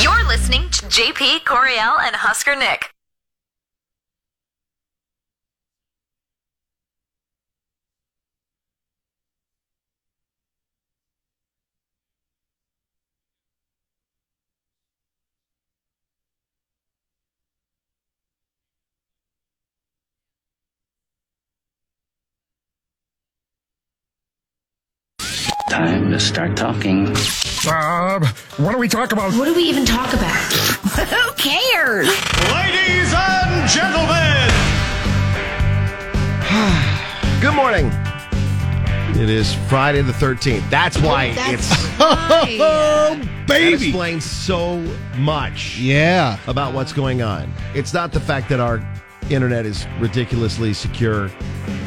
You're listening to JP Coriel and Husker Nick. Time to start talking. Uh, what do we talk about? What do we even talk about? Who cares? Ladies and gentlemen, Good morning. It is Friday the 13th. That's why it's Oh, that baby. explains so much Yeah. about what's going on. It's not the fact that our internet is ridiculously secure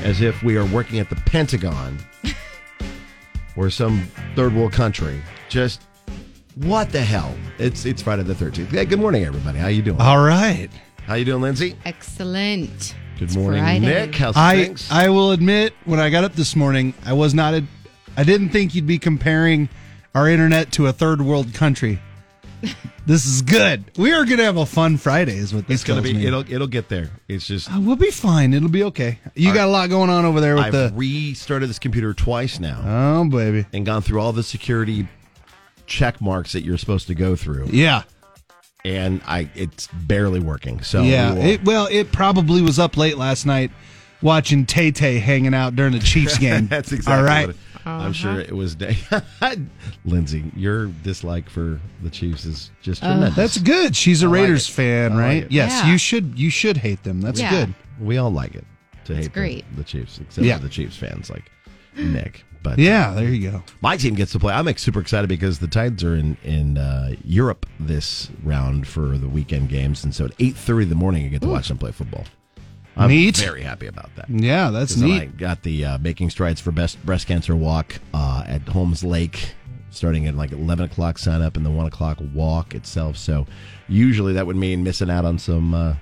as if we are working at the Pentagon or some third world country. Just what the hell? It's it's Friday the 13th. Hey, good morning everybody. How you doing? All right. How you doing, Lindsay? Excellent. Good morning, Friday. Nick. How's I things? I will admit when I got up this morning, I was not a, I didn't think you'd be comparing our internet to a third world country. this is good. We are going to have a fun Friday is what this it's going to tells be me. it'll it'll get there. It's just Uh, we'll be fine. It'll be okay. You got a lot going on over there with I've the restarted this computer twice now. Oh baby. and gone through all the security check marks that you're supposed to go through, Yeah. and I it's barely working. So yeah. we will- It, well, it probably was up late last night watching Tay Tay hanging out during the Chiefs game. that's exactly All right. what it- I'm sure it was day. Lindsay, your dislike for the Chiefs is just tremendous. Uh, That's good. She's a like Raiders it. fan, I like right? it. yes, Yeah. you should you should hate them. That's Yeah. good. we all like it to hate the- great. The, Chiefs, except Yeah. for the Chiefs fans like Nick. But Yeah, there you go. my team gets to play. I'm like, super excited because the Tides are in in uh, Europe this round for the weekend games, and so at 8:30 in the morning, I get to watch them play football. I'm Neat. very happy about that. Yeah, that's So I neat. got the uh, Making Strides for Best Breast Cancer Walk uh, at Holmes Lake, starting at like 11 o'clock sign up and the 1 o'clock walk itself. So usually that would mean missing out on some uh,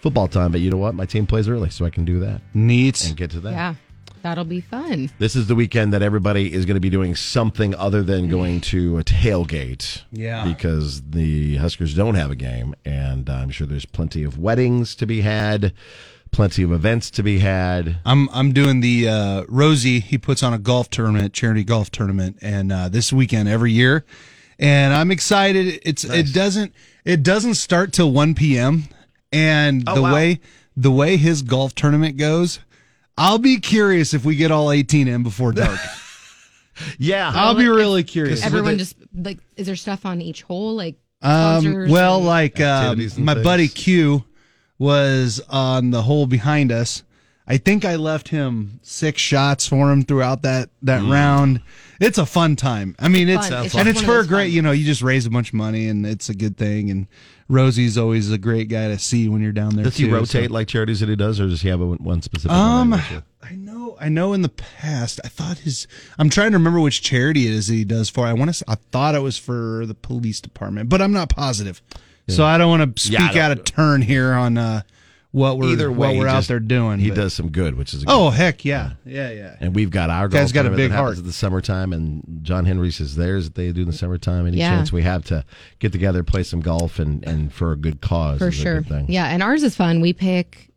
football time, but you know what? My team plays early, so I can do that neat. and get to that. Yeah. That'll be fun. This is the weekend that everybody is going to be doing something other than going to a tailgate. Yeah. Because the Huskers don't have a game, and I'm sure there's plenty of weddings to be had, plenty of events to be had. I'm I'm doing the uh, Rosie. He puts on a golf tournament, charity golf tournament, and uh, this weekend every year, and I'm excited. It's it doesn't it doesn't start till 1 p.m. And the Oh, wow. way the way his golf tournament goes, I'll be curious if we get all 18 in before dark. Yeah. I'll be really curious. Everyone just like is there stuff on each hole? Like Um, sponsors well, and- like um, Activities and my things. buddy Q was on the hole behind us. I think I left him six shots for him throughout that that Hmm. round. It's a fun time. I mean, it's Fun. It's and just it's one of for a those great. fun- You know, you just raise a bunch of money, and it's a good thing. And Rosie's always a great guy to see when you're down there. Does he too, so- rotate like charities that he does, or does he have a, one specific? Um, one that he goes I know, I know. In the past, I thought his. I'm trying to remember which charity it is that he does for. I want to. I thought it was for the police department, but I'm not positive, so I don't want to Yeah, I speak out don't- of turn here on uh, what to? we're what he we're out just- there doing. He but- does some good, which is a good Oh heck yeah, yeah yeah. And we've got our Guy's golf got a tournament that big happens heart. in the summertime, and John Henry's is theirs that they do in the summertime. Any Yeah. chance we have to get together, play some golf, and and for a good cause for is a sure. good thing. Yeah, and ours is fun. We pick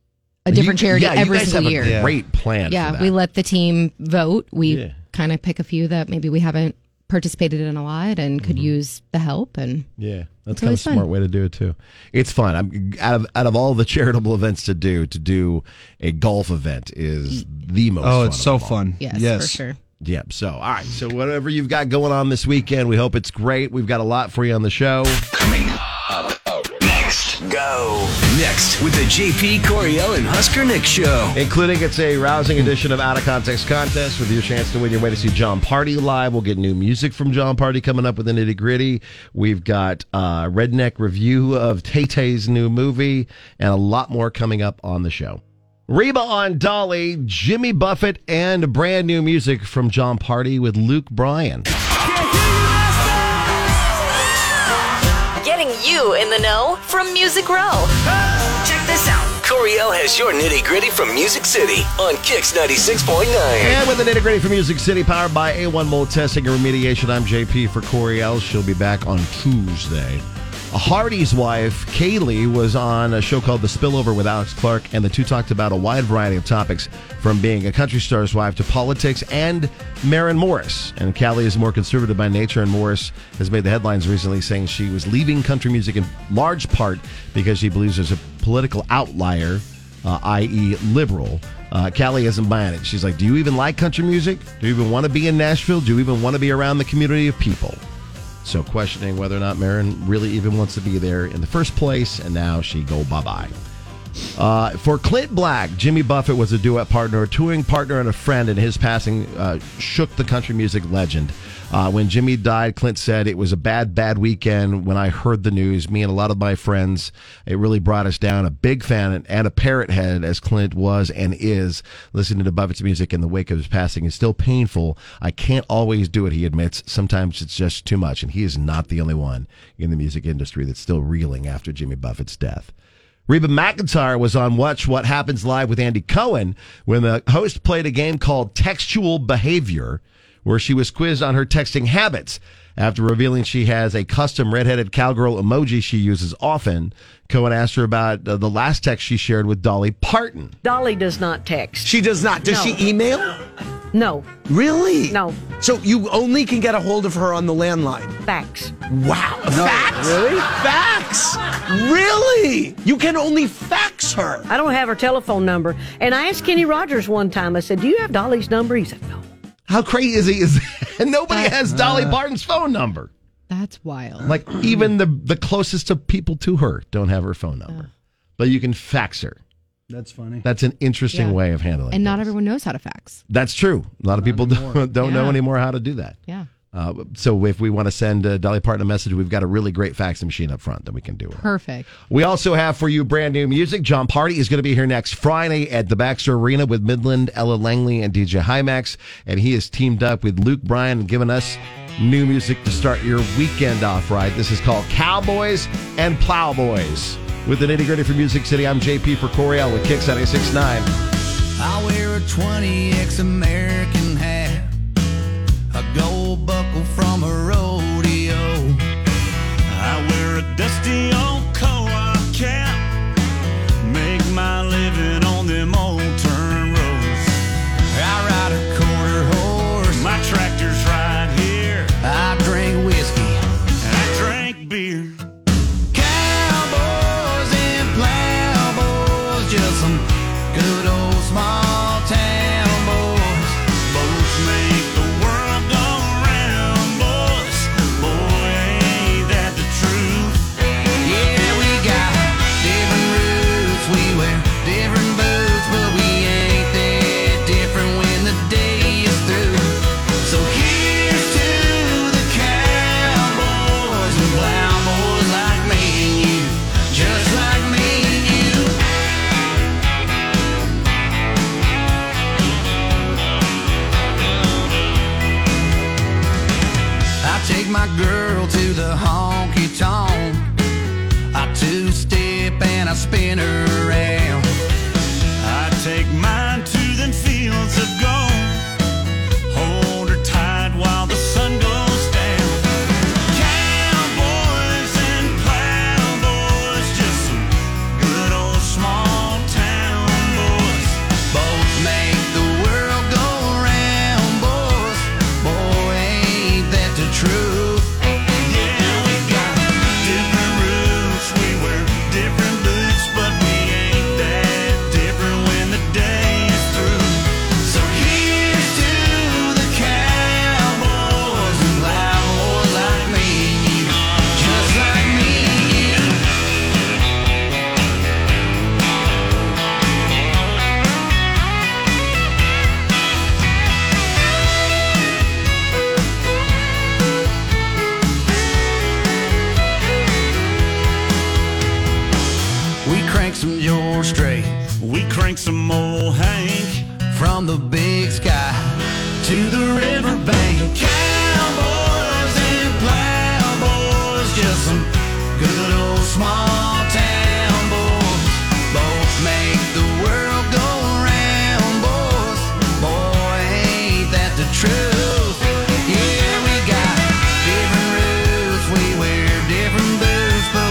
a different You- charity yeah, every you guys single have year. A Yeah. great plan. for yeah, that. we let the team vote. We Yeah. kind of pick a few that maybe we haven't participated in a lot and could Mm-hmm. use the help and Yeah, that's kind It's of a always fun. smart way to do it too. It's fun. I'm out of out of all the charitable events to do, to do a golf event is the most. Oh, fun it's of so them all. fun. yes, for sure. Yep. So, all right. So, whatever you've got going on this weekend, we hope it's great. We've got a lot for you on the show. next go next with the JP Coriel and Husker Nick show. including it's a rousing edition of Out of Context Contest with your chance to win your way to see John Party live. We'll get new music from John Party coming up with the nitty gritty. We've got uh, redneck review of Tay Tay's new movie and a lot more coming up on the show. Reba on Dolly, Jimmy Buffett, and brand new music from John Party with Luke Bryan. Getting you in the know from Music Row. Check this out. Coriel has your nitty gritty from Music City on Kix 96.9. And with an integrated from Music City, powered by A1 Mold Testing and Remediation, I'm JP for Coriel. She'll be back on Tuesday Hardy's wife, Kaylee, was on a show called The Spillover with Alex Clark, and the two talked about a wide variety of topics from being a country star's wife to politics and Marin Morris. And Callie is more conservative by nature, and Morris has made the headlines recently saying she was leaving country music in large part because she believes there's a political outlier, uh, i.e., liberal. Uh, Callie isn't buying it. She's like, Do you even like country music? Do you even want to be in Nashville? Do you even want to be around the community of people? So questioning whether or not Marin really even wants to be there in the first place, and now she go bye bye. Uh, for Clint Black, Jimmy Buffett was a duet partner, a touring partner, and a friend, and his passing uh, shook the country music legend. Uh, when Jimmy died, Clint said, It was a bad, bad weekend when I heard the news. Me and a lot of my friends, it really brought us down. A big fan and a parrot head, as Clint was and is, listening to Buffett's music in the wake of his passing is still painful. I can't always do it, he admits. Sometimes it's just too much, and he is not the only one in the music industry that's still reeling after Jimmy Buffett's death. Reba McIntyre was on Watch What Happens Live with Andy Cohen when the host played a game called Textual Behavior, where she was quizzed on her texting habits. After revealing she has a custom redheaded cowgirl emoji she uses often, Cohen asked her about uh, the last text she shared with Dolly Parton. Dolly does not text. She does not. Does No. she email? No, Really? No. So you only can get a hold of her on the landline. facts. Wow. Fax? really? Fax? Really? You can only fax her. I don't have her telephone number. And I asked Kenny Rogers one time, I said, Do you have Dolly's number? He said, No. How crazy is that? And nobody has Dolly uh, Parton's phone number. That's wild. Like, even the, the closest of people to her don't have her phone number. Uh. But you can fax her. That's funny. That's an interesting Yeah. way of handling it. And not everyone knows how to fax. That's true. A lot of people don't, don't know Yeah. anymore how to do that. Yeah. Uh, so if we want to send uh, Dolly Parton a message, we've got a really great fax machine up front that we can do it. Perfect. We also have for you brand new music. John Party is going to be here next Friday at the Baxter Arena with Midland, Ella Langley, and DJ Hymax. And he is teamed up with Luke Bryan and giving us new music to start your weekend off right. This is called Cowboys and Plowboys. With the nitty gritty for Music City, I'm JP for Coriel with Kicks 969. I wear a 20X American hat, a gold buckle from a rodeo. I wear a dusty old co-op cap, make my living on them old turn roads. I ride a quarter horse, my tractor's right here. I drink whiskey, I drink beer. Cowboys and plowboys, just some good old small town boys. Boys make the world go round, boys. Boy, ain't that the truth? Yeah, we got different roots, we wear different boots, but we ain't that different when the day is through. So here's to the cowboys and plowboys like me and you, just like me and you. I take my girl to the honky tonk. I two step and I spin her around. I take mine to them fields of gold. Hold her tight while the sun goes down. Cowboys and plowboys, just some good old small town boys. Both make the world go round, boys. Boy, ain't that the truth? Yeah, we got different roots, we wear different boots, but we ain't that different when the day is through. So here's to the cowboys and loud like me and you, just like me and you. We crank some George Strait. We crank some old Hank. From the big sky to the riverbank. Cowboys and plowboys, just some good old small town boys. Both make the world go round, boys. Boy, ain't that the truth? Yeah, we got different roots, we wear different boots, but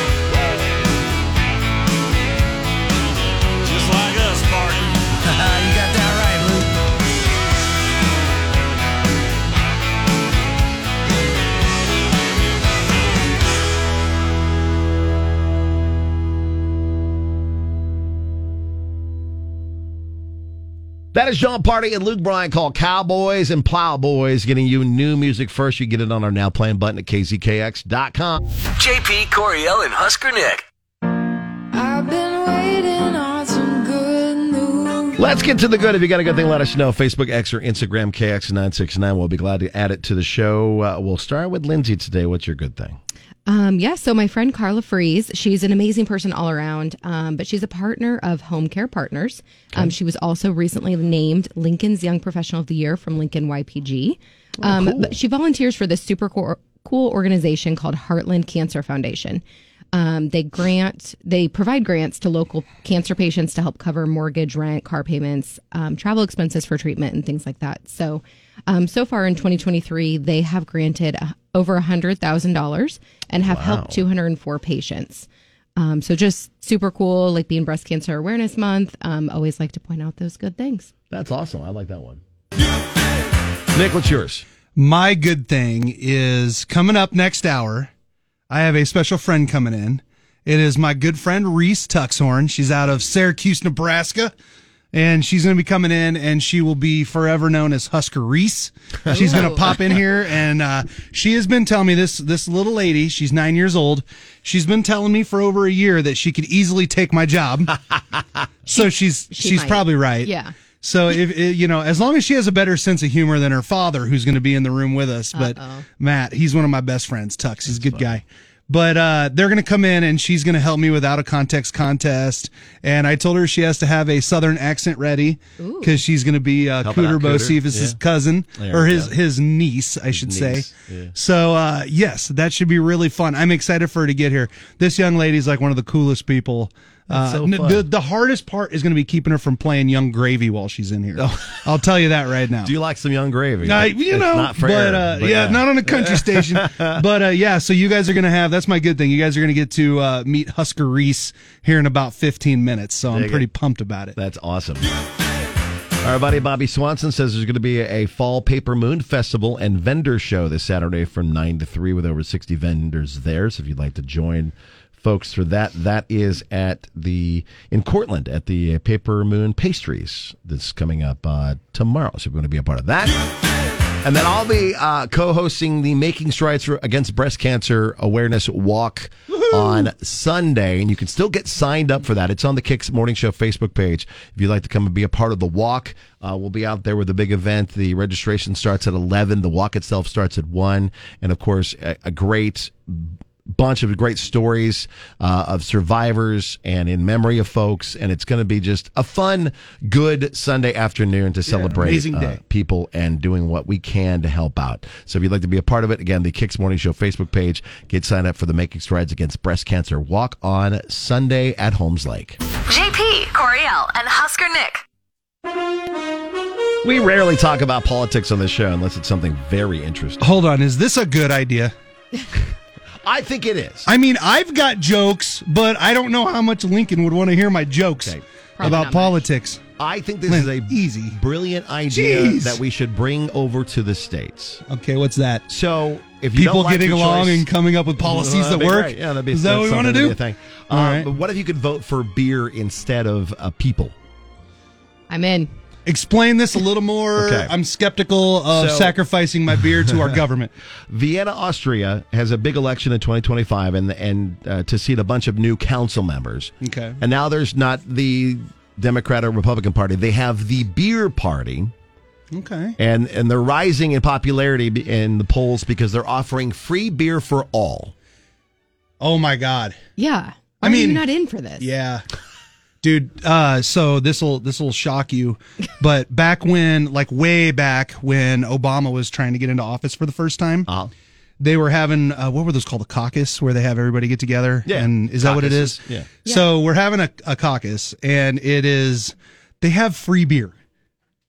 That is John Party and Luke Bryan called Cowboys and Plowboys, getting you new music first. You get it on our Now Playing button at kzkx.com. JP Coriel and Husker Nick. I've been waiting on some good news. Let's get to the good. If you got a good thing, let us know. Facebook X or Instagram KX969. We'll be glad to add it to the show. Uh, we'll start with Lindsay today. What's your good thing? Um, yeah, so my friend Carla Fries, she's an amazing person all around, um, but she's a partner of Home Care Partners. Um, she was also recently named Lincoln's Young Professional of the Year from Lincoln YPG. Um, But she volunteers for this super cool, cool organization called Heartland Cancer Foundation. Um, they grant, they provide grants to local cancer patients to help cover mortgage, rent, car payments, um, travel expenses for treatment, and things like that. So, um, so far in 2023, they have granted uh, over $100,000 and have helped 204 patients. Um, so just super cool, like being Breast Cancer Awareness Month. Um, always like to point out those good things. That's awesome. I like that one. Nick, what's yours? My good thing is coming up next hour. I have a special friend coming in. It is my good friend Reese Tuxhorn. She's out of Syracuse, Nebraska, and she's going to be coming in, and she will be forever known as Husker Reese. She's going Ooh. to pop in here, and uh, she has been telling me this. This little lady, she's nine years old. She's been telling me for over a year that she could easily take my job. so she's She she's might. probably right. Yeah. So if if- you know, as long as she has a better sense of humor than her father, who's going to be in the room with us, but Uh-oh. Matt, he's one of my best friends. Tux, he's a good guy. But uh, they're going to come in and she's going to help me with out of context contest. And I told her she has to have a southern accent ready because she's going to be uh, Helping Cooter out Cooter, Bocephus' yeah. cousin There or we his go. his niece, I should niece, say. yeah. So uh, yes, that should be really fun. I'm excited for her to get here. This young lady's like one of the coolest people. Uh, That's so n- fun. the the hardest part is going to be keeping her from playing Young Gravy while she's in here. I'll tell you that right now. Oh. Do you like some young gravy? I- It's you know, not for but, air, uh, yeah, not on a country station. But uh, yeah, so you guys are gonna have that's my good thing. You guys are gonna get to uh, meet Husker Reese here in about 15 minutes. So I'm Dig pretty it. pumped about it. That's awesome. Our buddy Bobby Swanson says there's going to be a Fall Paper Moon Festival and vendor show this Saturday from 9 to 3 with over 60 vendors there. So if you'd like to join folks for that, that is at the, in Cortland at the Paper Moon Pastries that's coming up uh, tomorrow. So we're going to be a part of that. And then I'll be uh, co hosting the Making Strides for- Against Breast Cancer Awareness Walk on Sunday. And you can still get signed up for that. It's on the Kicks Morning Show Facebook page. If you'd like to come and be a part of the walk, uh, we'll be out there with a big event. The registration starts at 11, the walk itself starts at 1. And of course, a, a great bunch of great stories uh, of survivors and in memory of folks and it's going to be just a fun good sunday afternoon to celebrate uh, amazing day. people and doing what we can to help out. So if you'd like to be a part of it, again, the Kicks Morning Show Facebook page, get signed up for the Making Strides Against Breast Cancer Walk on Sunday at Holmes Lake. JP Coriel and Husker Nick. We rarely talk about politics on this show unless it's something very interesting. Hold on, is this a good idea? I think it is. I mean, I've got jokes, but I don't know how much Lincoln would want to hear my jokes Probably not about much. politics. I think this is a easy, brilliant idea Jeez. that we should bring over to the states. Okay, what's that? So if you people don't like getting your along choice- and coming up with policies Well, that'd that be work. great. Yeah, that'd be is that what we want to something, that'd do? be a Thing. All Um, right. But what if you could vote for beer instead of uh, people? I'm in. Explain this a little more. Okay. I'm skeptical of So- sacrificing my beer to our government. Vienna, Austria has a big election in 2025, and and uh, to seat a bunch of new council members. Okay. And now there's not the Democrat or Republican Party; they have the Beer Party, Okay. and and they're rising in popularity be- in the polls because they're offering free beer for all. Oh my God. Yeah. Why I are you mean- not in for this? Yeah. Dude, uh, so this'll this'll shock you. But back when like way back when Obama was trying to get into office for the first time, Uh-huh. they were having uh, what were those called? A caucus where they have everybody get together. Yeah, And is that what it is? caucuses, yeah. So we're having a, a caucus and it is they have free beer.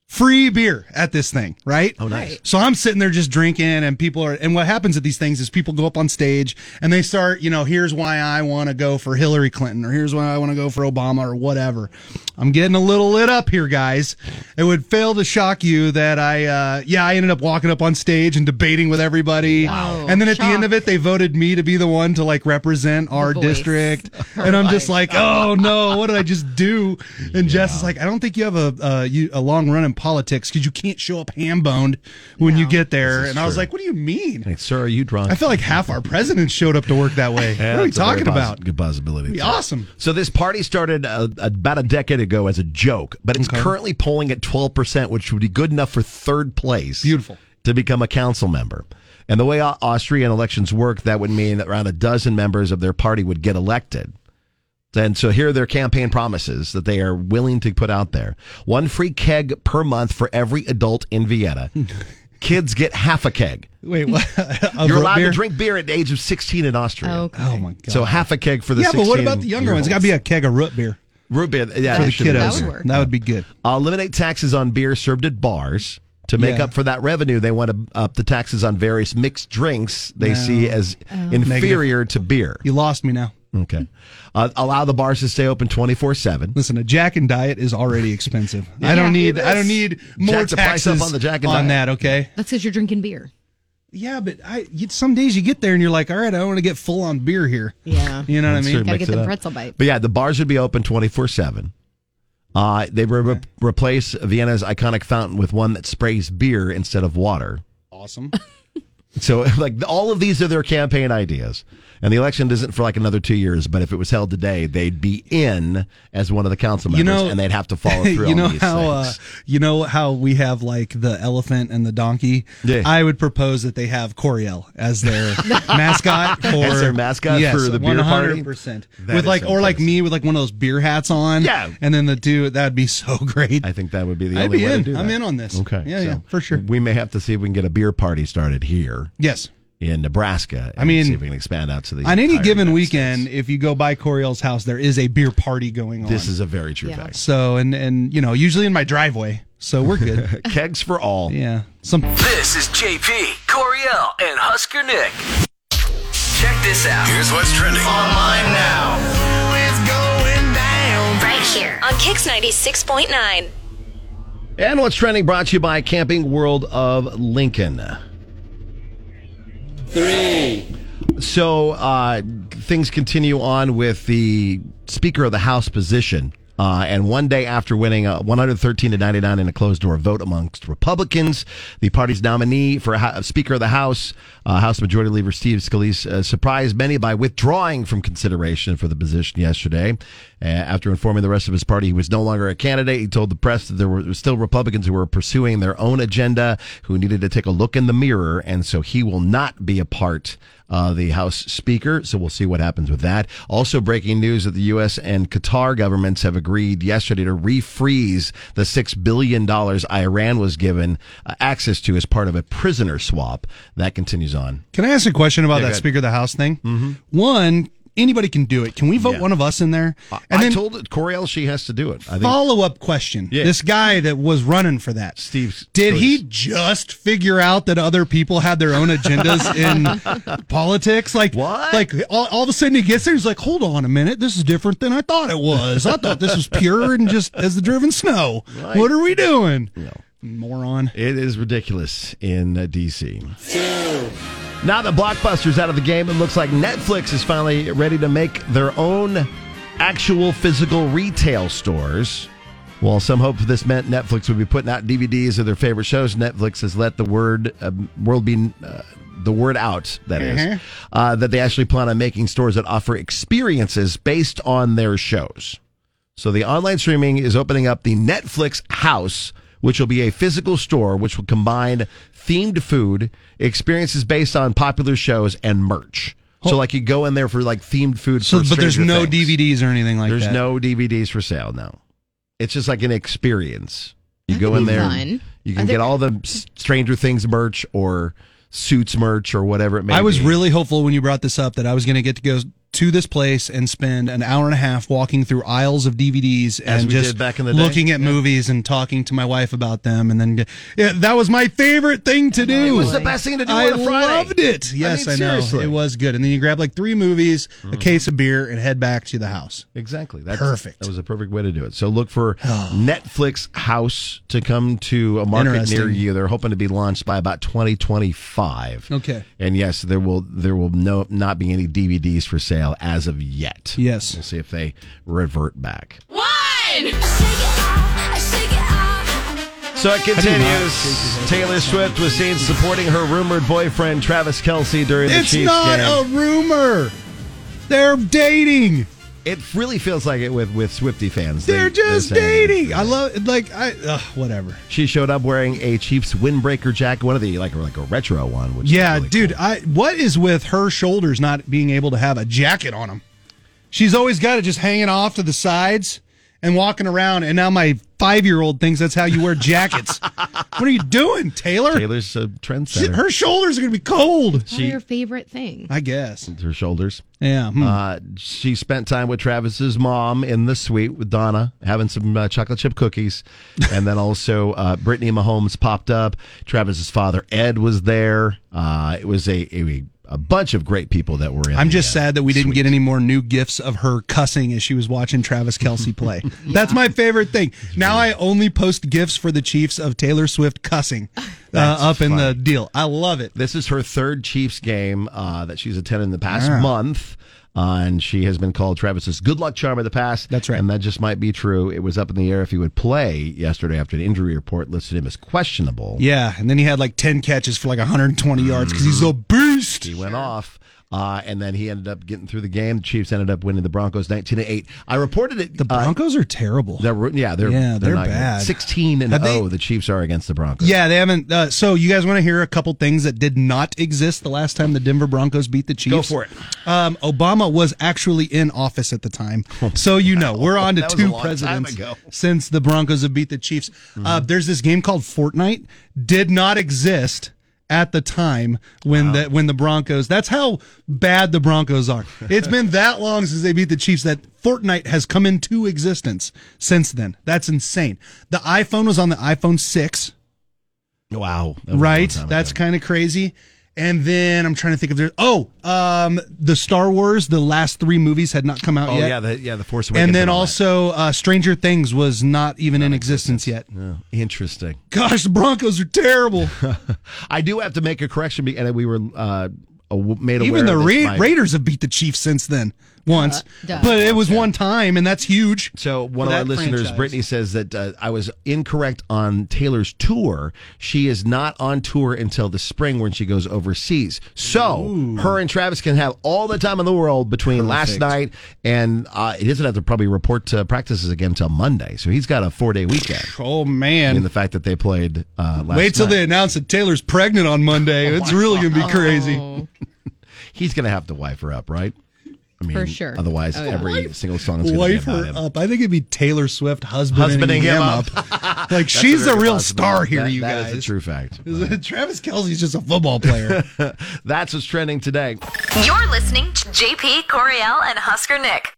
free beer at this thing, right? Oh, nice. So I'm sitting there just drinking, and people are, and what happens at these things is people go up on stage and they start, you know, here's why I want to go for Hillary Clinton, or here's why I want to go for Obama, or whatever. I'm getting a little lit up here, guys. It would fail to shock you that I, uh, yeah, I ended up walking up on stage and debating with everybody. Wow. And then at the end of it, they voted me to be the one to like represent our voice. district. and I'm just like, oh no, what did I just do? And Jess is like, I don't think you have a uh, you, a long run in politics because you can't show up ham boned when you get there. And I was like, what do you mean? Like, sir, are you drunk? I feel like half our presidents showed up to work that way. Yeah, what are we it's a very talking possi- about? Good possibility. Be awesome. So this party started uh, about a decade ago as a joke, but it's currently polling at twelve percent, which would be good enough for third place. Beautiful to become a council member. And the way Au- Austrian elections work, that would mean that around a dozen members of their party would get elected. And so here are their campaign promises that they are willing to put out there. One free keg per month for every adult in Vienna. Kids get half a keg. Wait, what? Of You're allowed beer? to drink beer at the age of 16 in Austria. Oh my god. So half a keg for the yeah, but what 16 about the younger ones? It's year-olds. got to be a keg of root beer. Root beer, yeah, for the that should be kiddos. in That there. would, be good. Uh, eliminate taxes on beer served at bars. To make Yeah. up for that revenue, they want to up the taxes on various mixed drinks they No. see as Oh. inferior to beer. You lost me now. Okay. Uh, allow the bars to stay open 24 7. Listen, a Jack and Diet is already expensive. I Yeah, don't need. it I don't is. need more Jack the price taxes up on the Jack and on Diet. that. Okay. That's because you're drinking beer. Yeah, but I you, some days you get there and you're like, all right, I want to get full on beer here. Yeah. You know what I That's mean? true, mix it up. But yeah, the bars would be open 24 7. Uh, they re- re- replace Vienna's iconic fountain with one that sprays beer instead of water. Awesome. So, like, all of these are their campaign ideas. And the election isn't for like another two years, but if it was held today, they'd be in as one of the council members and they'd have to follow through you know on these how uh, things. you know how we have like the elephant and the donkey. Yeah. I would propose that they have Coriel as their mascot for As their mascot yes, for the beer party? 100%. That With is like or like me with like one of those beer hats on. Yeah. and then the dude that'd be so great. I think that would be the I'd only be way in. to do I'm that. in on this. Okay. Yeah, yeah, for sure. We may have to see if we can get a beer party started here Yes. in Nebraska. I and mean, see if we can expand out to the On any entire given United weekend, if you go by Coriel's house, there is a beer party going on. States. This is a very true fact. so and and you know usually in my driveway. So we're good. Kegs for all. Yeah. Some This is JP, Coriel, and Husker Nick. Check this out. Here's what's trending online now. Right here on Kix 96.9. And what's trending brought to you by Camping World of Lincoln. Three. So uh, things continue on with the Speaker of the House position. Uh, and one day after winning uh, 113 to 99 in a closed door vote amongst Republicans, the party's nominee for Ho- Speaker of the House, uh, House Majority Leader Steve Scalise, uh, surprised many by withdrawing from consideration for the position yesterday. Uh, after informing the rest of his party he was no longer a candidate, he told the press that there were still Republicans who were pursuing their own agenda, who needed to take a look in the mirror, and so he will not be a part uh, the House Speaker. So we'll see what happens with that. Also, breaking news that the U.S. and Qatar governments have agreed yesterday to refreeze the $6 billion Iran was given uh, access to as part of a prisoner swap. That continues on. Can I ask a question about Yeah, go that ahead. Mm-hmm. Speaker of the House thing? One, anybody can do it. Can we vote one of us in there? And I then told Coriel she has to do it. I think follow up question: Yeah. This guy that was running for that, Steve, did he just figure out that other people had their own agendas in politics? Like what? Like all, all of a sudden he gets there, he's like, "Hold on a minute, this is different than I thought it was. I thought this was pure and just as the driven snow. Right. What are we doing?" Moron. It is ridiculous in uh, D.C. Now that Blockbuster's out of the game, it looks like Netflix is finally ready to make their own actual physical retail stores. While some hope this meant Netflix would be putting out DVDs of their favorite shows, Netflix has let the word um, world be uh, the word out. That is Mhm. uh, that they actually plan on making stores that offer experiences based on their shows. So the online streaming is opening up the Netflix House, which will be a physical store which will combine themed food, experiences based on popular shows, and merch. So like you go in there for like themed food. So, for but there's Stranger no Things. DVDs or anything like There's that. no DVDs for sale now. It's just like an experience. You go could in be there, fun. you Are can there- get all the S- Stranger Things merch or Suits merch or whatever it may. I was be. really hopeful when you brought this up that I was going to get to go to this place and spend an hour and a half walking through aisles of DVDs As and we just did back in the day. looking at movies and talking to my wife about them. And then, yeah, that was my favorite thing to do. It was the best thing to do I on a Friday. loved it. I Yes, I, mean, know. seriously. Mm-hmm. It was good. And then you grab like three movies, a case of beer, and head back to the house. Exactly. That's Perfect. Oh. That was a perfect way to do it. So look for Netflix House to come to a market Interesting. near you. They're hoping to be launched by about 2025. Okay. And yes, there will there will no not be any DVDs for sale as of yet. Yes. We'll see if they revert back. So it continues. Taylor Swift was seen supporting her rumored boyfriend Travis Kelsey during the it's Chiefs not game. a rumor. They're dating. it really feels like it with with Swifty fans. They- They're just saying- dating. I love like I ugh, whatever. She showed up wearing a Chiefs windbreaker jacket, one of the like like a retro one. Which is Yeah, really dude. I what is with her shoulders not being able to have a jacket on them? She's always got it just hanging off to the sides and walking around. And now my five year old thinks that's how you wear jackets. what are you doing, Taylor? cool. Taylor's a trendsetter. Shit, her shoulders are gonna be cold. What are your favorite thing? I guess. her shoulders. Yeah. hmm. Uh, she spent time with Travis's mom in the suite with Donna, having some uh, chocolate chip cookies, and then also uh, Brittany Mahomes popped up. Travis's father Ed was there. Uh, it was a, a a bunch of great people that were in. I'm the, just uh, sad that we didn't get any more new gifs of her cussing as she was watching Travis Kelsey play. That's my favorite thing. Now I only post gifs for the Chiefs of Taylor Swift cussing uh, up in the deal. I love it. This is her third Chiefs game uh, that she's attended in the past Yeah. month. Uh, and she has been called Travis's good luck charm of the past. That's right. And that just might be true. It was up in the air if he would play yesterday after an injury report listed him as questionable. Yeah, and then he had like 10 catches for like 120 yards because he's a beast. He went off. Uh, and then he ended up getting through the game. The Chiefs ended up winning the Broncos 19 to 8. I reported it. The Broncos are terrible. they're, yeah, they're, Yeah, they're not good. bad. 16 and Have they- 0, the Chiefs are against the Broncos. Yeah, they haven't. Uh, so, you guys want to hear a couple things that did not exist the last time the Denver Broncos beat the Chiefs? Go for it. Um, Obama was actually in office at the time, so you know we're on to That was a two long time presidents ago. Mm-hmm. since the Broncos have beat the Chiefs. Uh, there's this game called Fortnite, did not exist at the time when the when the Broncos. That's how bad the Broncos are. It's been that long since they beat the Chiefs that Fortnite has come into existence since then. That's insane. The iPhone was on the iPhone six Wow. That was a long right time ago. that's kind of crazy and then i'm trying to think of there oh um the star wars the last three movies had not come out Oh, yet yeah. The, yeah. The Force Awakens. and then all that. also uh stranger things was not even in existence yet Yeah, interesting. gosh the broncos are terrible I do have to make a correction, be- and we were uh, aw- made aware. even the of this Ra- by- raiders have beat the chiefs since then once Uh, duh. but it was one time and that's huge So one of for our that listeners, franchise. Brittany, says that uh, I was incorrect on Taylor's tour. She is not on tour until the spring when she goes overseas. So her and Travis can have all the time in the world between last night and uh, he doesn't have to probably report to practices again until Monday. So he's got a four day weekend. oh And the man fact that they played uh, last wait till night. Oh, they announce that taylor's pregnant on monday it's really gonna be crazy Oh. he's going to have to wife her up, right? I mean, For sure. Otherwise, Oh, yeah. every single song is going to be wife about her him. up. I think it'd be Taylor Swift husbanding, Husbanding him, him up. like she's the very real possible. star here, That- you That guys. is a true fact. Travis Kelsey's just a football player. That's what's trending today. You're listening to JP Coriel and Husker Nick.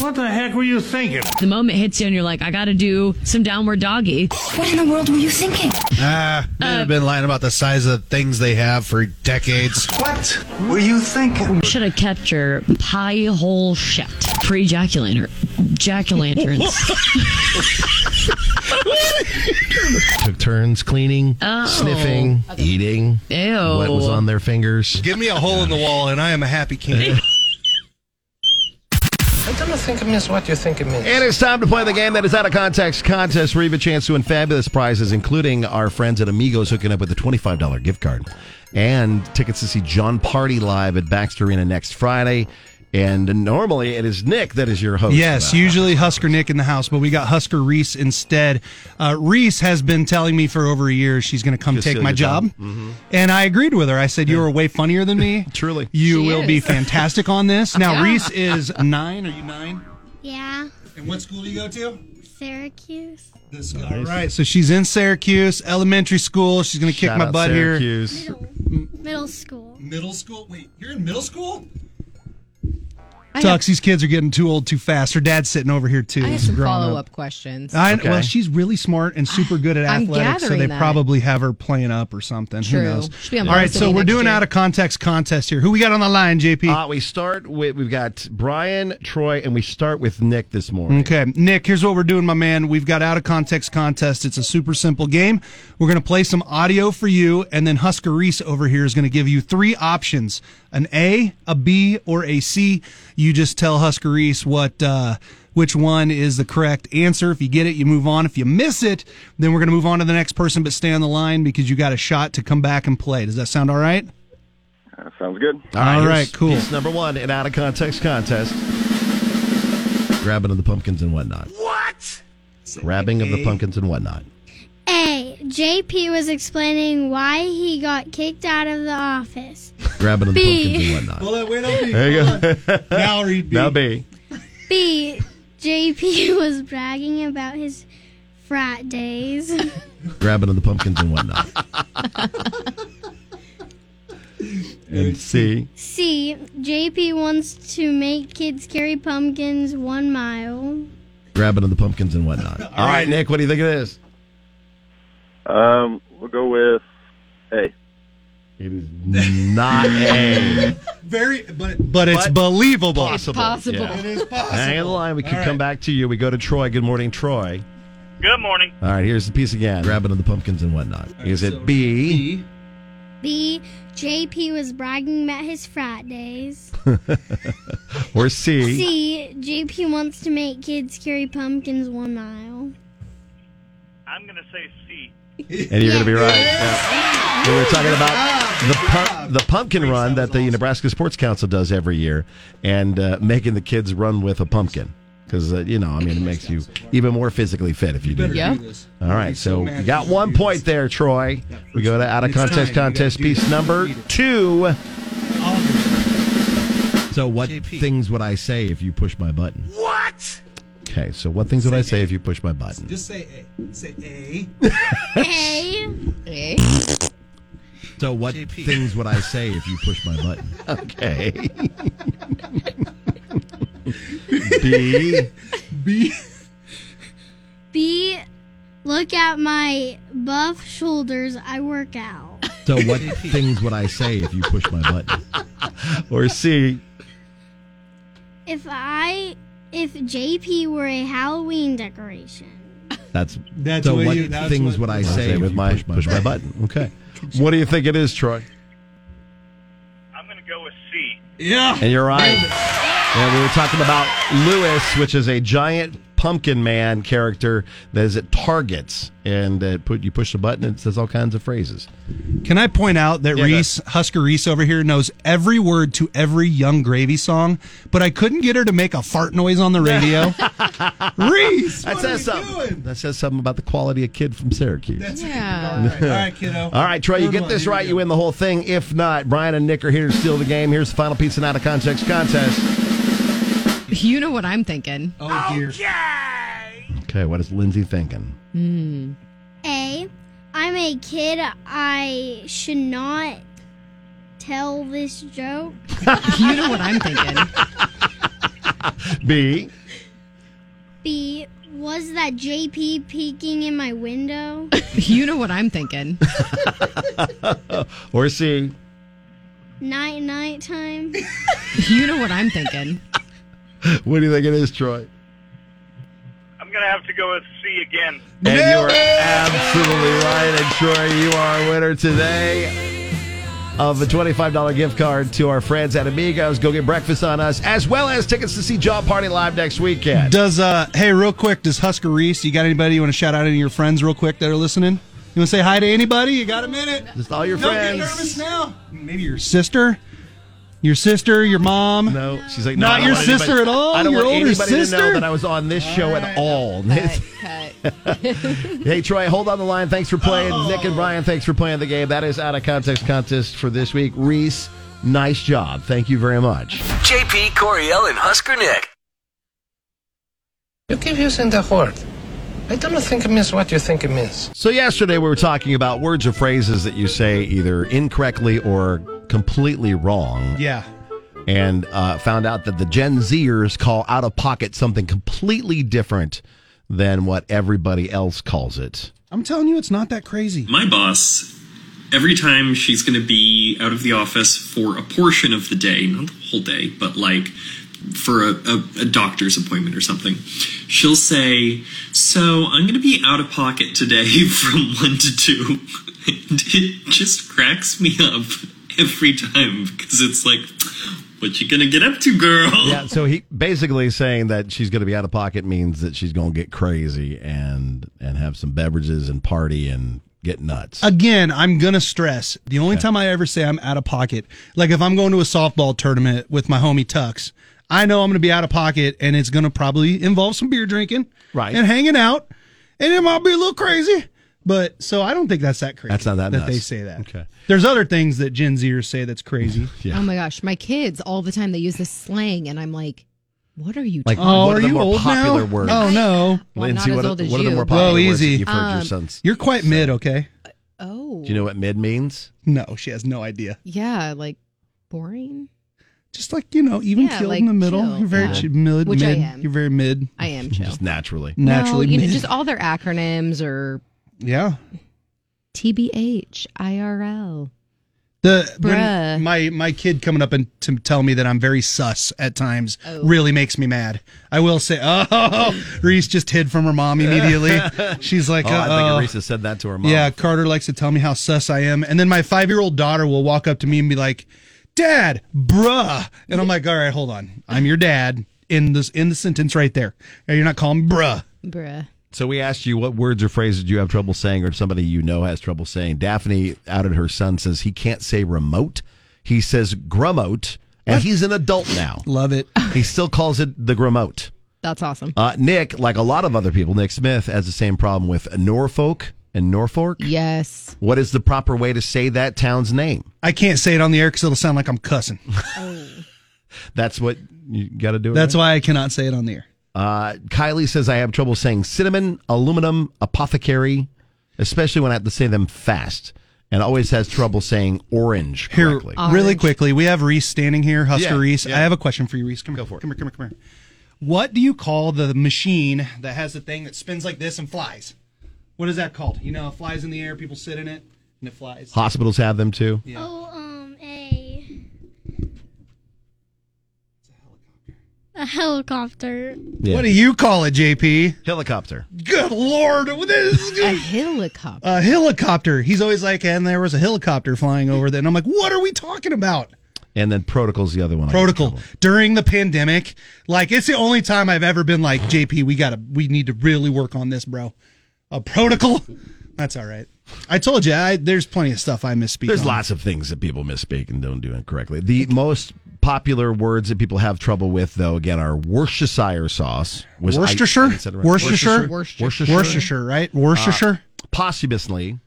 What the heck were you thinking? The moment hits you and you're like, I gotta do some downward doggy. What in the world were you thinking? Ah, they've been lying about the size of things they have for decades. What were you thinking? Should have kept your pie hole shut. Pre jaculator. Jack-o'-lanterns. Took turns cleaning, Oh. sniffing, eating. Ew. What was on their fingers? Give me a hole in the wall, and I am a happy king. I don't think it means what you think it means. And it's time to play the game that is out of context contest where you have a chance to win fabulous prizes, including our friends at Amigos hooking up with a $25 gift card and tickets to see John Party live at Baxter Arena next Friday. And normally it is Nick that is your host. yes, usually Husker Nick in the house, but we got Husker Reese instead. Uh, Reese has been telling me for over a year she's going to come She'll take steal my your job. Mm-hmm. job, and I agreed with her. I said you are way funnier than me. Truly. you She will is. be fantastic on this. Now Reese is nine. Are you nine? Yeah, And what school do you go to? Syracuse. This guy. All right, so she's in Syracuse Elementary School. She's going to kick Shout my out butt Syracuse. here. Middle school. Middle school? Wait, you're in middle school? I Tucks, these kids are getting too old too fast. Her dad's sitting over here too. I have She's some growing follow up questions. I, Well, she's really smart and super good at Ah, I'm athletics, so gathering they that. probably have her playing up or something. True. Who knows? Should be on All right, varsity so we're next doing year. out of context contest here. Who we got on the line, JP? Uh, we start with we've got Brian, Troy, and we start with Nick this morning. Okay, Nick, here's what we're doing, my man. We've got out of context contest. It's a super simple game. We're going to play some audio for you, and then Husker Reese over here is going to give you three options an A, a B, or a C. You just tell Husker Reese what. Uh, which one is the correct answer? If you get it, you move on. If you miss it, then we're going to move on to the next person, but stay on the line because you got a shot to come back and play. Does that sound all right? Sounds good. All here's right, cool. Piece number one in out of context contest. Grabbing of the pumpkins and whatnot. What? Grabbing of the pumpkins and whatnot. A. JP was explaining why he got kicked out of the office. Grabbing of the pumpkins B. and whatnot. Well, wait, There you go. now read Now B. B. JP was bragging about his frat days. Grabbing of the pumpkins and whatnot. and C. C. JP wants to make kids carry pumpkins one mile. Grabbing of the pumpkins and whatnot. All right, Nick, what do you think of this? Um, we'll go with A. It is not A. Very, but but it's believable. Possible. possible. Yeah. It is possible. Hang on the line. We All can right. come back to you. We go to Troy. Good morning, Troy. Good morning. All right, here's the piece again. Grabbing of the pumpkins and whatnot. is it B? B. JP was bragging about his frat days. or C? C. JP wants to make kids carry pumpkins one mile. I'm going to say C. And you're going to be right. Yeah. We were talking about the pump, the pumpkin run that the Nebraska Sports Council does every year, and uh, making the kids run with a pumpkin because uh, you know, I mean, it makes you even more physically fit if you do. better do Yeah. that. All right, so you got one point there, Troy. We go to out of It's time. contest You gotta contest do piece that. number Beat it. two. So, what things would I say if you push my button? What? Okay, so what things would I say if you push my button? Just say A. Say A. A. A. So what things would I say if you push my button? Okay. B. B. B. Look at my buff shoulders. I work out. So what things would I say if you push my button? Or C. If I, if JP were a Halloween decoration, That's That's so what what, you- that's things what- would I I'll say say with my push my, button? Okay. What do you think it is, Troy? I'm going to go with C. Yeah. And you're right. Yeah, we were talking about Lewis, which is a giant pumpkin man character that is at targets, and that put you push the button, and it says all kinds of phrases. Can I point out that Reese, Husker Reese over here, knows every word to every Young Gravy song, but I couldn't get her to make a fart noise on the radio. Reese! That says something. That says something about the quality of kid from Syracuse. yeah. All right, kiddo. All right, Troy, you get this right, you win the whole thing. If not, Brian and Nick are here to steal the game. Here's the final piece and out of context contest. You know what I'm thinking. Oh, dear. Okay, what is Lindsay thinking? Mm. A. I'm a kid. I should not tell this joke. you know what I'm thinking. B. B. Was that JP peeking in my window? You know what I'm thinking. or C. Night, night time. You know what I'm thinking. What do you think it is, Troy? I'm going to have to go with C again. And you are absolutely right. And Troy, you are a winner today of a $25 gift card to our friends at Amigos. Go get breakfast on us, as well as tickets to see Job Party Live next weekend. Does, uh, hey, real quick, does Husker Reese, you got anybody you want to shout out any of your friends real quick that are listening? You want to say hi to anybody? You got a minute? Just all your Don't get friends. nervous now. Maybe your sister? Your sister, your mom? No, she's like, Not I don't your want sister anybody- at all? I don't Your want older anybody to know sister? that I was on this show at all. hey, Troy, hold on the line. Thanks for playing. Oh. Nick and Brian, thanks for playing the game. That is out of context contest for this week. Reese, nice job. Thank you very much. JP, Coriel, and Husker Nick. You keep using the word. I don't think it means what you think it means. So yesterday we were talking about words or phrases that you say either incorrectly or completely wrong. Yeah. and uh, found out that the Gen Zers call out of pocket something completely different than what everybody else calls it. I'm telling you, it's not that crazy. My boss, every time she's going to be out of the office for a portion of the day, not the whole day, but like for a, a, a doctor's appointment or something, she'll say, So I'm going to be out of pocket today from 1 to 2. and it just cracks me up every time because it's like, What you going to get up to, girl? Yeah, so he basically saying that she's going to be out of pocket means that she's going to get crazy and and have some beverages and party and get nuts. Again, I'm going to stress the only time I ever say I'm out of pocket, like if I'm going to a softball tournament with my homie Tux, I know I'm going to be out of pocket and it's going to probably involve some beer drinking Right. and hanging out and it might be a little crazy. But so I don't think that's that crazy. That's not that that nuts. they say that. Okay. There's other things that Gen Zers say that's crazy. yeah. Oh my gosh, my kids all the time they use this slang, and I'm like, what are you? Like, talking what Oh, are are the you more old popular now? words? Oh no, Well, I'm not as what, old are, as what are the you, more but- popular Well, words that easy. you've heard your Um, sons? You're quite mid, okay? Oh, Do you know what mid means? No, she has no idea. yeah, like boring. Just like you know, even Yeah, killed like in the middle. chill. You're very Yeah. chi- mid. Which I mid. am. You're very mid. I am chill. Just naturally. Naturally no, you know, mid. just all their acronyms or Yeah. TBH, IRL. The when Bruh. my my kid coming up and to tell me that I'm very sus at times really makes me mad. I will say, oh, Reese just hid from her mom immediately. She's like, oh, oh, I think Arisa said that to her mom. yeah. Carter likes to tell me how sus I am, and then my five year old daughter will walk up to me and be like, "Dad, bruh," and I'm like, "All right, hold on, I'm your dad." In this in the sentence right there, Now, you're not calling me bruh. Bruh. So we asked you what words or phrases you have trouble saying, or somebody you know has trouble saying. Daphne outed her son says he can't say remote. He says grumote, and he's an adult now. Love it. He still calls it the grumote. That's awesome. Uh, Nick, like a lot of other people, Nick Smith has the same problem with Norfolk and Norfolk. Yes. What is the proper way to say that town's name? I can't say it on the air because it'll sound like I'm cussing. That's what you got to do. It That's right? why I cannot say it on the air. Uh, Kylie says I have trouble saying cinnamon, aluminum, apothecary, especially when I have to say them fast, and always has trouble saying orange correctly. Really quickly, we have Reese standing here, Husker Yeah, Reese. yeah. I have a question for you, Reese. Come here. Come here, come here, come here. What do you call the machine that has the thing that spins like this and flies? What is that called? You know, it flies in the air, people sit in it, and it flies. Hospitals have them too. Oh, um, a. A helicopter. Yeah. What do you call it, JP? Helicopter. Good lord. This is A helicopter. A helicopter. He's always like, and there was a helicopter flying over there. And I'm like, what are we talking about? And then protocol's the other one. I get in protocol trouble. during the pandemic. Like it's the only time I've ever been like, JP, we gotta, we need to really work on this, bro. A protocol. That's all right. I told you, I, there's plenty of stuff I misspeak. There's on. lots of things that people misspeak and don't do incorrectly. The most popular words that people have trouble with, though, again, are Worcestershire sauce. Was I- Worcestershire? I said it right. Worcestershire? Worcestershire, Worcestershire. Worcestershire, right? Worcestershire? Uh, posthumously,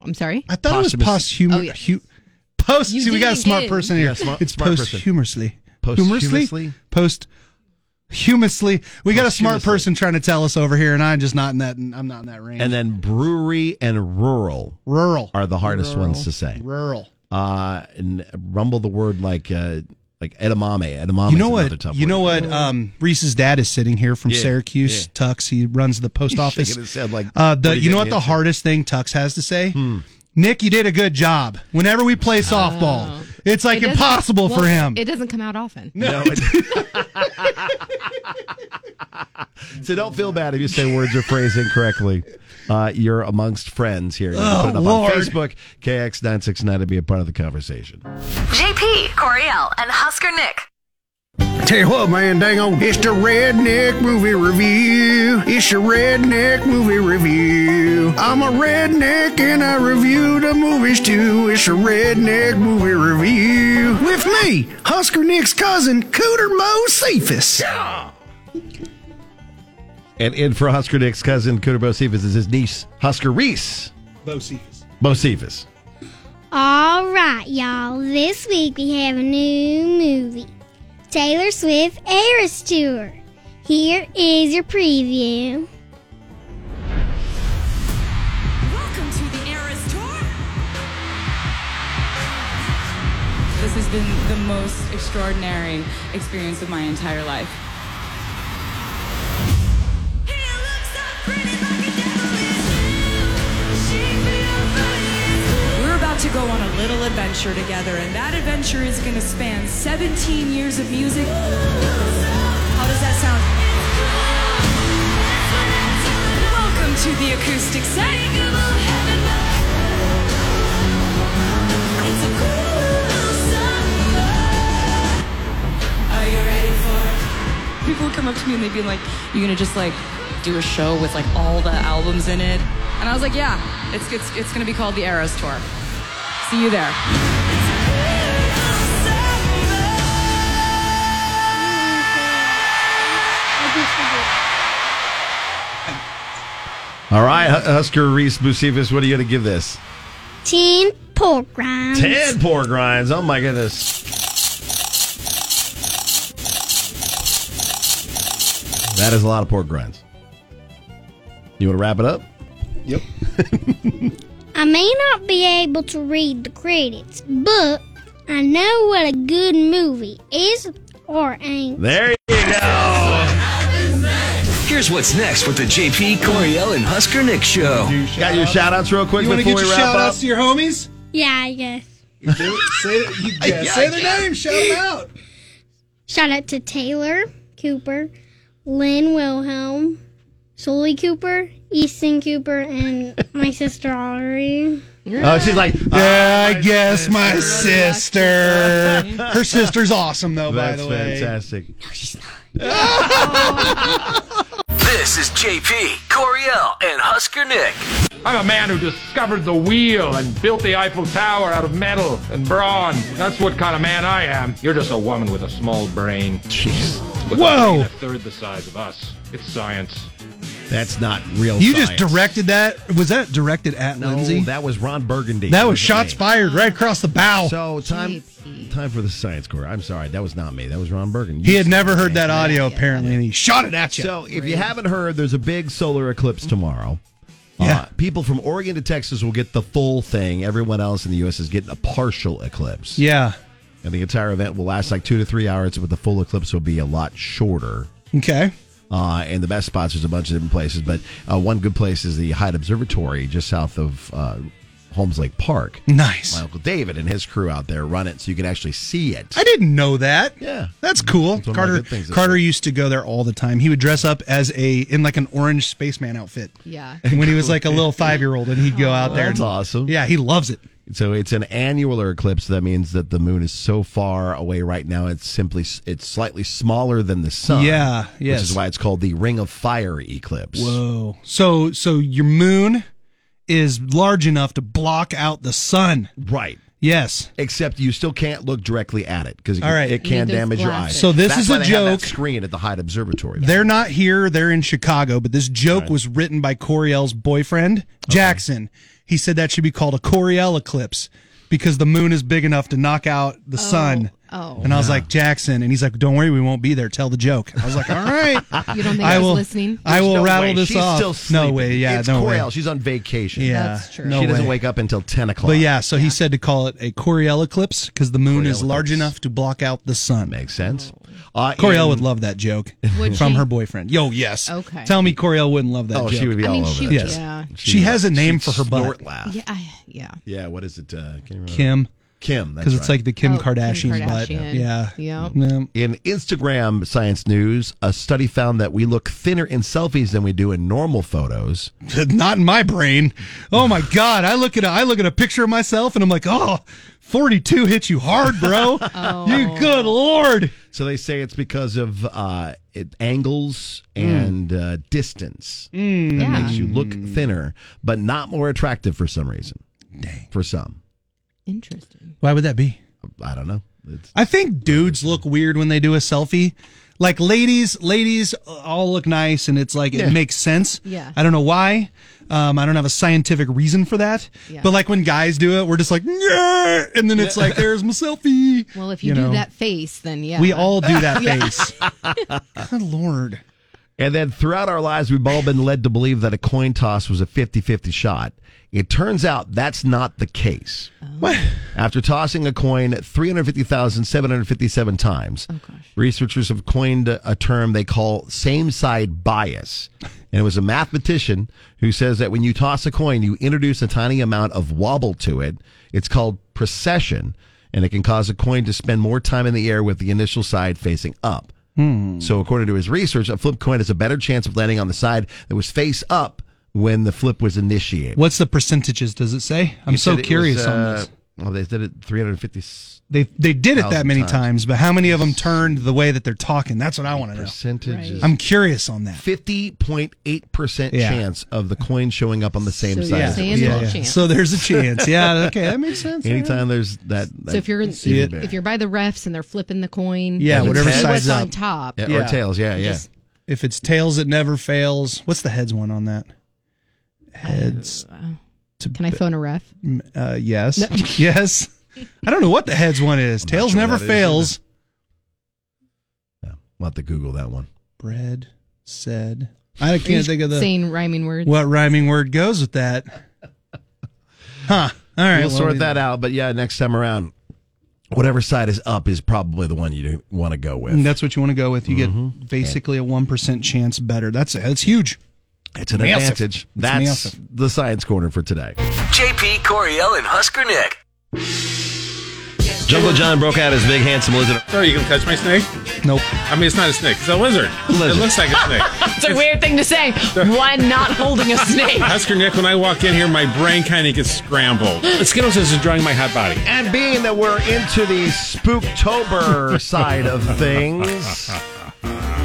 I'm Uh, sorry. I thought it was posthumous. hu- post. See, we Oh, did got a it smart again. person here. Yeah, smart- it's smart person. posthumously. Posthumously? Post. Humously, we got a smart person trying to tell us over here, and I'm just not in that. I'm not in that range. and then brewery and rural rural are the hardest Rural. ones to say. Rural. Uh, and rumble the word like uh, like edamame. Edamame. you know Another what? tough You know what? Um, Reese's dad is sitting here from Yeah, Syracuse. Tux, he runs the post He's office. shaking his head like, Hmm. uh, what the are you you know what getting the into? hardest thing Tux has to say. Nick, you did a good job. Whenever we play softball, it's like Oh. It doesn't- impossible for well, him. It doesn't come out often. No, it- so don't feel bad if you say words or phrase incorrectly. Uh, you're amongst friends here. You can Oh, put it up Lord. on Facebook, KX969 to be a part of the conversation. JP, Coriel, and Husker Nick. Tell you what, man, dang on. It's the Redneck Movie Review. It's your Redneck Movie Review. I'm a redneck and I review the movies too. It's your Redneck Movie Review. With me, Husker Nick's cousin, Cooter Mo Cephas. And in for Husker Nick's cousin, Cooter Bocephus, is his niece, Husker Reese Bo Cephas. Bocephus. All right, y'all. This week we have a new movie Taylor Swift Eras Tour. Here is your preview. Welcome to the Eras Tour. The this has been the most extraordinary experience of my entire life. We're about to go on a little adventure together, and that adventure is going to span 17 years of music. How does that sound? Welcome to the acoustic set. Are you ready for it? People would come up to me and they'd be like, "You're gonna just like do a show with like all the albums in it?" And I was like, "Yeah, it's it's it's gonna be called the Eras Tour. See you there." All right, Hu- Husker Reese Busivas, what are you going to give this? Ten pork rinds. Ten pork rinds. Oh my goodness. That is a lot of pork rinds. You want to wrap it up? Yep. I may not be able to read the credits, but I know what a good movie is or ain't. There you Here's what's next with the JP Coriel and Husker Nick show. Got your shout outs real quick You wanna before get we your wrap shout up. outs to your homies? Yeah, I guess. say, yeah, say their yeah. names. Shout them out. Shout out to Taylor Cooper, Lynn Wilhelm, Sully Cooper, Easton Cooper, and my sister Audrey. Oh, she's like, yeah, I guess Uh, my sister. Her sister's awesome, though, by That's the way. fantastic. This is JP Coriel and Husker Nick. I'm a man who discovered the wheel and built the Eiffel Tower out of metal and brawn. That's what kind of man I am. You're just a woman with a small brain. Jeez. Whoa. A third the size of us. It's science. That's not real. You science. just directed that. Was that directed at No, Lindsay? that was Ron Burgundy. That was Wasn't shots me. fired right across the bow. So time, time for the science corps. I'm sorry, that was not me. That was Ron Burgundy. He had never heard that audio apparently, and he shot it at you. So if you haven't heard, there's a big solar eclipse tomorrow. Yeah. Uh, people from Oregon to Texas will get the full thing. Everyone else in the U.S. is getting a partial eclipse. Yeah. And the entire event will last like two to three hours, but the full eclipse will be a lot shorter. Okay. Uh, and the best spots is a bunch of different places, but uh, one good place is the Hyde Observatory just south of uh, Holmes Lake Park. Nice. My Uncle David and his crew out there run it so you can actually see it. I didn't know that. Yeah. That's cool. one of my Carter good things this Carter used to go there all the time. He would dress up as a in like an orange spaceman outfit. Yeah. When he was like a little five year old and he'd go out there. That's awesome. Yeah, he loves it. So it's an annular eclipse. That means that the moon is so far away right now. It's simply it's slightly smaller than the sun. Yeah, Which yes. is why it's called the Ring of Fire eclipse. Oh. Whoa. So so your moon is large enough to block out the sun. Right. Yes. Except you still can't look directly at it because it, All right. it You can need those damage your glasses. eyes. So this That's is why a they have that joke. screen at the Hyde Observatory. They're not here. They're in Chicago. But this joke was written by Coriel's boyfriend, Jackson. He said that should be called a Coriel eclipse because the moon is big enough to knock out the sun. oh. And I was like, Jackson. And he's like, don't worry, we won't be there. Tell the joke. I was like, all right. You don't think I I was will- listening? I will no rattle way. this She's off. Still no sleeping. way. Yeah, it's no Coriel. way. She's on vacation. Yeah, That's true. no she doesn't way. wake up until ten o'clock. But yeah, so he said to call it a Coriel eclipse because the moon Coriel is large eclipse. enough to block out the sun. Makes sense. Uh, Coriel in- would love that joke Would from she? her boyfriend. Yo, yes. Okay. Tell me Coriel wouldn't love that Oh, joke. she would be I all mean, over she- that. Yes. yeah. She, has a name for her butt. Snort laugh. Yeah, I, yeah. Yeah, what is it? Uh, can't remember. Kim. Kim. that's Because it's right. like the Kim Oh, Kim Kardashian's butt. Kardashian. Yeah. Mm. Yep. No. In Instagram science news, a study found that we look thinner in selfies than we do in normal photos. Not in my brain. Oh my God. I look at a, I look at a picture of myself and I'm like, oh, 42 hit you hard, bro. You good lord. So they say it's because of uh, it, angles Hmm. and uh, distance that Yeah. makes you look Hmm. thinner, but not more attractive for some reason. Dang. For some, Interesting. Why would that be? I don't know. It's, I think dudes look weird when they do a selfie. Like ladies, ladies all look nice, and it's like Yeah. it makes sense. Yeah. I don't know why. Um, I don't have a scientific reason for that. Yeah. But like when guys do it, we're just like, yeah, and then it's like, there's my selfie. Well, if you, do know. that face, then yeah. we all do that Yeah. face. Good lord. And then throughout our lives, we've all been led to believe that a coin toss was a 50 50 shot. It turns out that's not the case. After tossing a coin 350,757 times, researchers have coined a a term they call same side bias. And it was a mathematician who says that when you toss a coin, you introduce a tiny amount of wobble to it. It's called precession, and it can cause a coin to spend more time in the air with the initial side facing up. Hmm. So, according to his research, a flip coin has a better chance of landing on the side that was face up when the flip was initiated. What's the percentages? Does it say? I'm You so said it was, curious on uh, this. Well, they did it 350. They they did it that 1,000 many times. times, but how many of them turned the way that they're talking? That's what I want to know. Percentages. I'm curious on that. 50.8% Yeah. chance of the coin showing up on the same So side. you're as saying it was there's a lost. chance. So there's a chance. Yeah. Okay, that makes sense. Anytime there's that, So if you're that see it. if you're by the refs and they're flipping the coin, Yeah, you whatever see side's what's on up. top. Yeah, or tails, yeah, yeah. Just- If it's tails, it never fails. What's the heads one on that? Uh, Heads. Can I phone a ref? Mm, Uh, yes. yes. I don't know what the heads one is. Tails sure never that is fails. We'll have to Google that one. Bread said. I can't think of the saying rhyming words. what rhyming word goes with that. Huh. All right. We'll well, sort we- that out. But yeah, next time around, whatever side is up is probably the one you want to go with. Mm, That's what you want to go with. You Mhm. get basically a one percent chance better. That's that's huge. It's an Massive. advantage. It's That's massive. the science corner for today. JP Coriel and Husker Nick. Jungle John broke out his big handsome lizard. Sorry, you gonna touch my snake? Nope. I mean, it's not a snake. It's a lizard. It looks like a snake. It's a weird thing to say. One not holding a snake. Husker Nick, when I walk in here, my brain kind of gets scrambled. Skittles is enjoying my hot body. And being that we're into the spooktober side of things,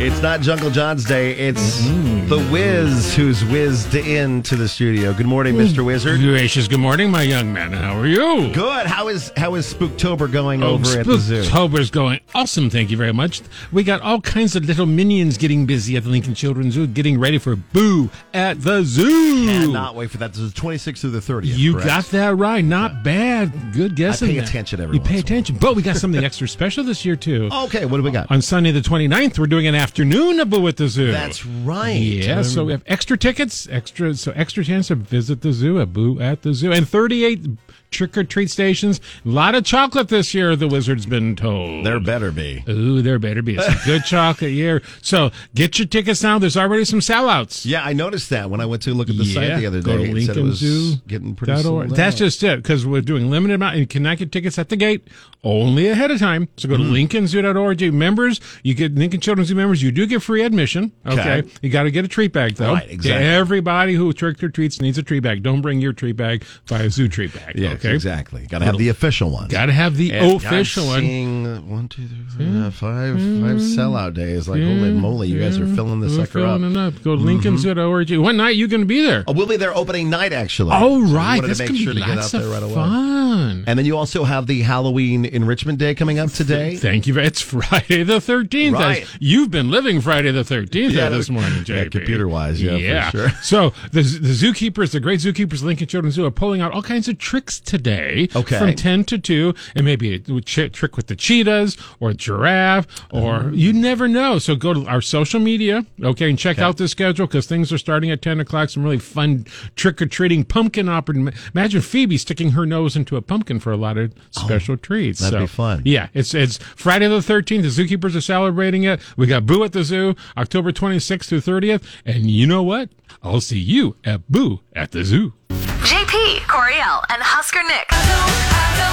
it's not Jungle John's day. It's Mm-hmm. the Wiz who's whizzed into the studio. Good morning, Mr. Wizard. Gracious, Mm. good morning, my young man. How are you? Good. How is how is Spooktober going Oh, over at the zoo? Spooktober's going awesome. Thank you very much. We got all kinds of little minions getting busy at the Lincoln Children's Zoo, getting ready for Boo at the Zoo. Cannot wait for that. This is 26th through the 30th. You correct? got that right. Not bad. Good guessing. pay there. attention every You once pay attention. But we got something extra special this year, too. Okay, what do we got? On Sunday the 29th, we're doing an afternoon of Boo at the Zoo. That's right. Yeah, so we have extra tickets, extra so extra chance to visit the zoo at Boo at the Zoo, and 38 trick or treat stations. A lot of chocolate this year. The wizard's been told there better be. Ooh, there better be some good chocolate year. So get your tickets now. There's already some sellouts. Yeah, I noticed that when I went to look at the site the other go day. to it said it Lincoln was Zoo. getting pretty Dot org. sold That's out. just it because we're doing limited amount and you cannot get tickets at the gate only ahead of time. So go Hmm. to lincolnzoo.org. You Members, you get Lincoln Children's Zoo members. You do get free admission. Okay, Okay. you got to get a treat bag though. Right, exactly. Everybody who trick or treats needs a treat bag. Don't bring your treat bag. Buy a zoo treat bag. Yes, okay, exactly. Got to have the official one. Got to have the And I'm official one. Mm-hmm. seeing, uh, one, two, three, four, uh, five- five sellout days. Like, holy moly, you guys are filling this We're sucker filling up. Mm-hmm. it up. Go to lincolnzoo.org. What night you going to be there? Oh, we'll be there opening night, actually. Oh, So we right. wanted That's to make gonna be sure to get out lots there of right away. fun. And then you also have the Halloween enrichment day coming up today. Thank you. very- It's Friday the 13th. Right. As- You've been living Friday the 13th Yeah, this morning, yeah, JP. computer-wise, yeah, for sure. so the, the zookeepers, the great zookeepers, Lincoln Children's Zoo, are pulling out all kinds of tricks today Okay. from 10 to 2, and maybe a ch- trick with the cheetahs or giraffe, or Mm-hmm. you never know. So go to our social media, okay, and check out the schedule because things are starting at 10 o'clock. Some really fun trick or treating pumpkin opera. Imagine Phoebe sticking her nose into a pumpkin for a lot of Oh, special treats. that'd so, be fun. Yeah, it's it's Friday the 13th. The zookeepers are celebrating it. We got Boo at the Zoo, October 26th through 30th. And you know what? I'll see you at Boo at the Zoo. JP, Coriel, and Husker Nick.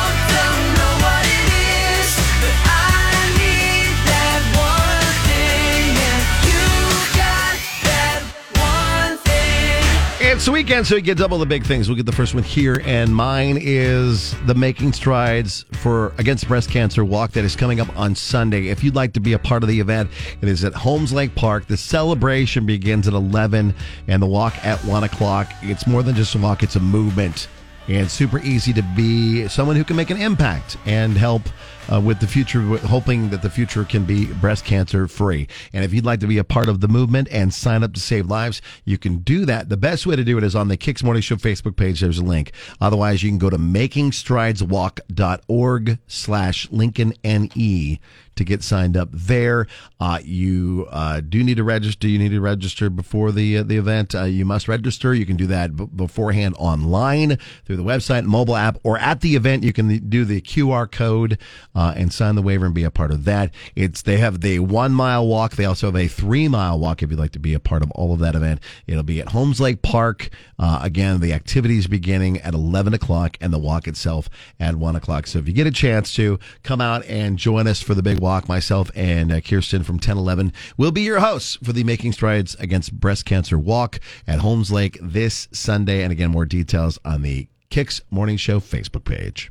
It's the weekend, so you get double the big things. We'll get the first one here, and mine is the Making Strides for Against Breast Cancer walk that is coming up on Sunday. If you'd like to be a part of the event, it is at Holmes Lake Park. The celebration begins at 11 and the walk at 1 o'clock. It's more than just a walk, it's a movement and super easy to be someone who can make an impact and help uh, with the future, with- hoping that the future can be breast cancer free. And if you'd like to be a part of the movement and sign up to save lives, you can do that. The best way to do it is on the Kicks Morning Show Facebook page. There's a link. Otherwise, you can go to makingstrideswalk.org slash Lincoln NE to get signed up there. Uh, you uh, do need to register. You need to register before the uh, the event. Uh, you must register. You can do that b- beforehand online through the website, mobile app, or at the event. You can do the QR code uh, and sign the waiver and be a part of that. It's they have the one mile walk. They also have a three mile walk if you'd like to be a part of all of that event. It'll be at Holmes Lake Park. Uh, again, the activities beginning at 11 o'clock and the walk itself at 1 o'clock. So if you get a chance to come out and join us for the big walk, myself and uh, Kirsten from 1011 will be your hosts for the Making Strides Against Breast Cancer Walk at Holmes Lake this Sunday. And again, more details on the Kicks Morning Show Facebook page.